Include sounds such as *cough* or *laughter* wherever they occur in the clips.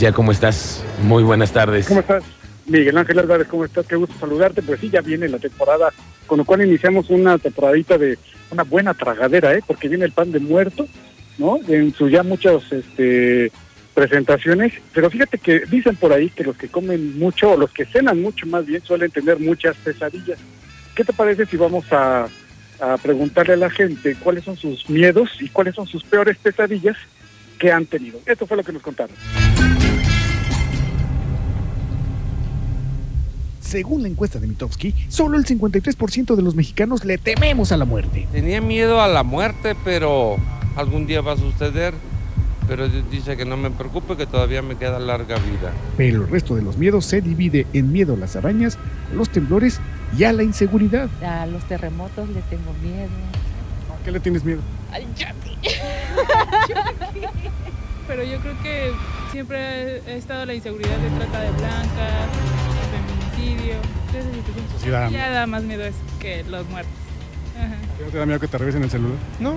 Ya, ¿cómo estás? Muy buenas tardes. ¿Cómo estás? Miguel Ángel Álvarez, ¿cómo estás? Qué gusto saludarte. Pues sí, ya viene la temporada, con lo cual iniciamos una temporadita de una buena tragadera, ¿eh? Porque viene el pan de muerto, ¿no? En su ya muchas este, presentaciones. Pero fíjate que dicen por ahí que los que comen mucho, o los que cenan mucho más bien, suelen tener muchas pesadillas. ¿Qué te parece si vamos a, a preguntarle a la gente cuáles son sus miedos y cuáles son sus peores pesadillas que han tenido? Esto fue lo que nos contaron. Según la encuesta de Mitofsky, solo el 53% de los mexicanos le tememos a la muerte. Tenía miedo a la muerte, pero algún día va a suceder. Pero Dios dice que no me preocupe, que todavía me queda larga vida. Pero el resto de los miedos se divide en miedo a las arañas, a los temblores y a la inseguridad. A los terremotos le tengo miedo. ¿A qué le tienes miedo? Al Jackie. Pero yo creo que siempre ha estado la inseguridad de trata de blancas, el feminicidio. Entonces, Eso sí da- Ya da más miedo eso que los muertos. Ajá. ¿No te da miedo que te revisen el celular? No,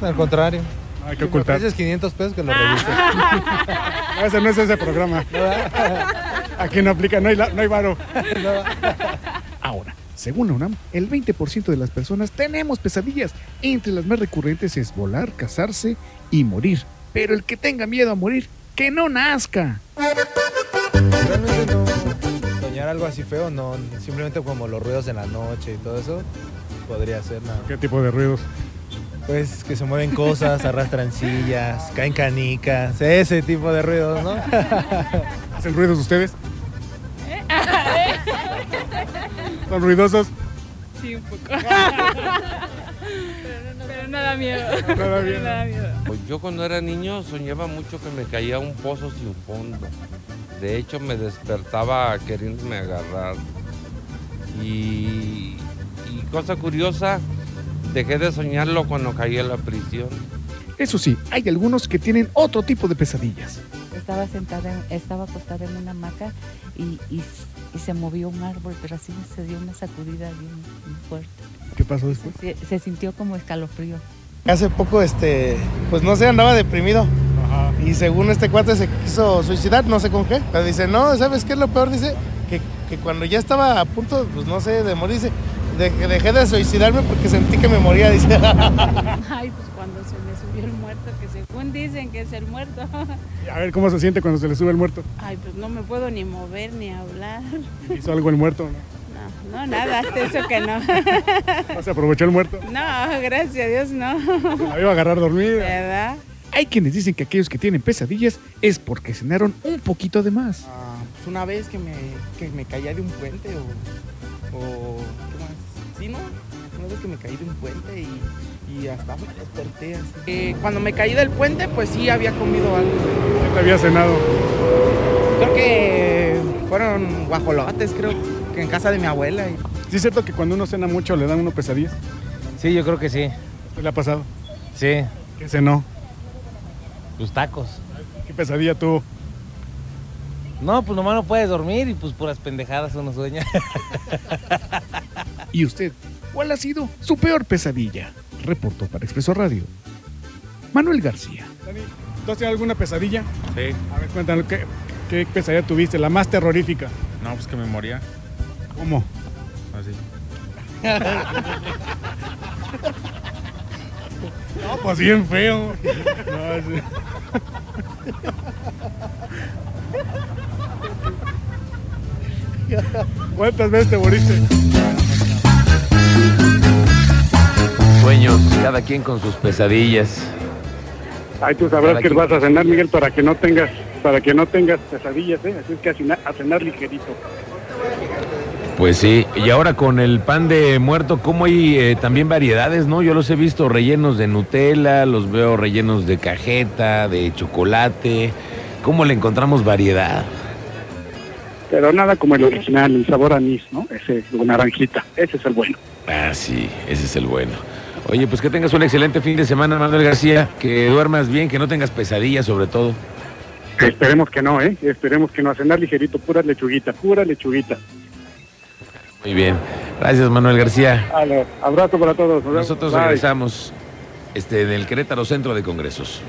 al contrario. No, hay Si que me ocultar. ofreces 500 pesos que lo revise. No, Ese no es ese programa. Aquí no aplica, no hay, la- no hay varo. Ahora, según la UNAM, el 20% de las personas tenemos pesadillas. Entre las más recurrentes es volar, casarse y morir. Pero el que tenga miedo a morir, que no nazca. Realmente no. Soñar algo así feo, no. Simplemente como los ruidos en la noche y todo eso, podría ser nada. ¿Qué tipo de ruidos? Pues que se mueven cosas, *laughs* arrastran sillas, caen canicas, ese tipo de ruidos, ¿no? *laughs* ¿Hacen ruidos ustedes? ¿Son ruidosos? Sí, un *laughs* poco. Pero no da miedo. da *laughs* miedo. No da miedo. Pues yo cuando era niño soñaba mucho que me caía a un pozo sin fondo. De hecho me despertaba queriéndome agarrar. Y, y cosa curiosa, dejé de soñarlo cuando caí a la prisión. Eso sí, hay algunos que tienen otro tipo de pesadillas. Estaba sentada, en- estaba acostada en una hamaca y, y s- y se movió un árbol, pero así se dio una sacudida bien, bien fuerte. ¿Qué pasó después? Se, se sintió como escalofrío. Hace poco, este, pues no sé, andaba deprimido. Y según este cuate se quiso suicidar, no sé con qué. Pero dice, no, ¿sabes qué es lo peor? Dice que, que cuando ya estaba a punto, pues no sé, de morir, dice, "de- dejé de suicidarme porque sentí que me moría, *laughs* dice. Ay, pues cuando se me subió el muerto, que según dicen que es el muerto. *laughs* A ver cómo se siente cuando se le sube el muerto. Ay, pues no me puedo ni mover ni hablar. Hizo algo el muerto, ¿no? No, no, nada, hasta eso que no. *laughs* ¿No se aprovechó el muerto. No, gracias a Dios, no. La iba a agarrar dormida. ¿Verdad? Hay quienes dicen que aquellos que tienen pesadillas es porque cenaron un poquito de más. Ah, pues una vez que me, que me caía de un puente o, o ¿qué más? Sí, ¿no? Una vez que me caí de un puente y, y hasta me desperté así. Eh, cuando me caí del puente, pues sí había comido algo. Ya te había cenado. Creo que fueron guajolotes, creo que en casa de mi abuela. y- ¿Sí es cierto que cuando uno cena mucho le dan uno pesadillas? Sí, yo creo que sí. ¿Qué le ha pasado? Sí, ¿Qué cenó? tus tacos. ¿Qué pesadilla tuvo? No, pues nomás no puedes dormir y pues puras pendejadas uno sueña. ¿Y usted? ¿Cuál ha sido su peor pesadilla? Reportó para Expreso Radio. Manuel García. Dani, ¿tú has tenido alguna pesadilla? Sí, A ver, cuéntanos, ¿qué, qué pesadilla tuviste? La más terrorífica. no, pues que me moría. ¿Cómo? Así. *laughs* No, pues bien *laughs* feo. No, sí. ¿Cuántas veces te moriste? Sueños, cada quien con sus pesadillas. Ahí tú sabrás Cada que quien. vas a cenar, Miguel, para que no tengas, para que no tengas pesadillas, ¿eh? Así es que a cenar, a cenar ligerito. Pues sí, y ahora con el pan de muerto, ¿cómo hay eh, también variedades, no? Yo los he visto rellenos de Nutella, los veo rellenos de cajeta, de chocolate. ¿Cómo le encontramos variedad? Pero nada como el original, el sabor anís, ¿no? Ese, o naranjita, ese es el bueno. Ah, sí, ese es el bueno. Oye, pues que tengas un excelente fin de semana, Manuel García. Que duermas bien, que no tengas pesadillas sobre todo. Esperemos que no, ¿eh? Esperemos que no, a cenar ligerito, pura lechuguita, pura lechuguita. Muy bien. Gracias, Manuel García. Ale, abrazo para todos. nos vemos. Nosotros Bye. regresamos este, en el Querétaro Centro de Congresos.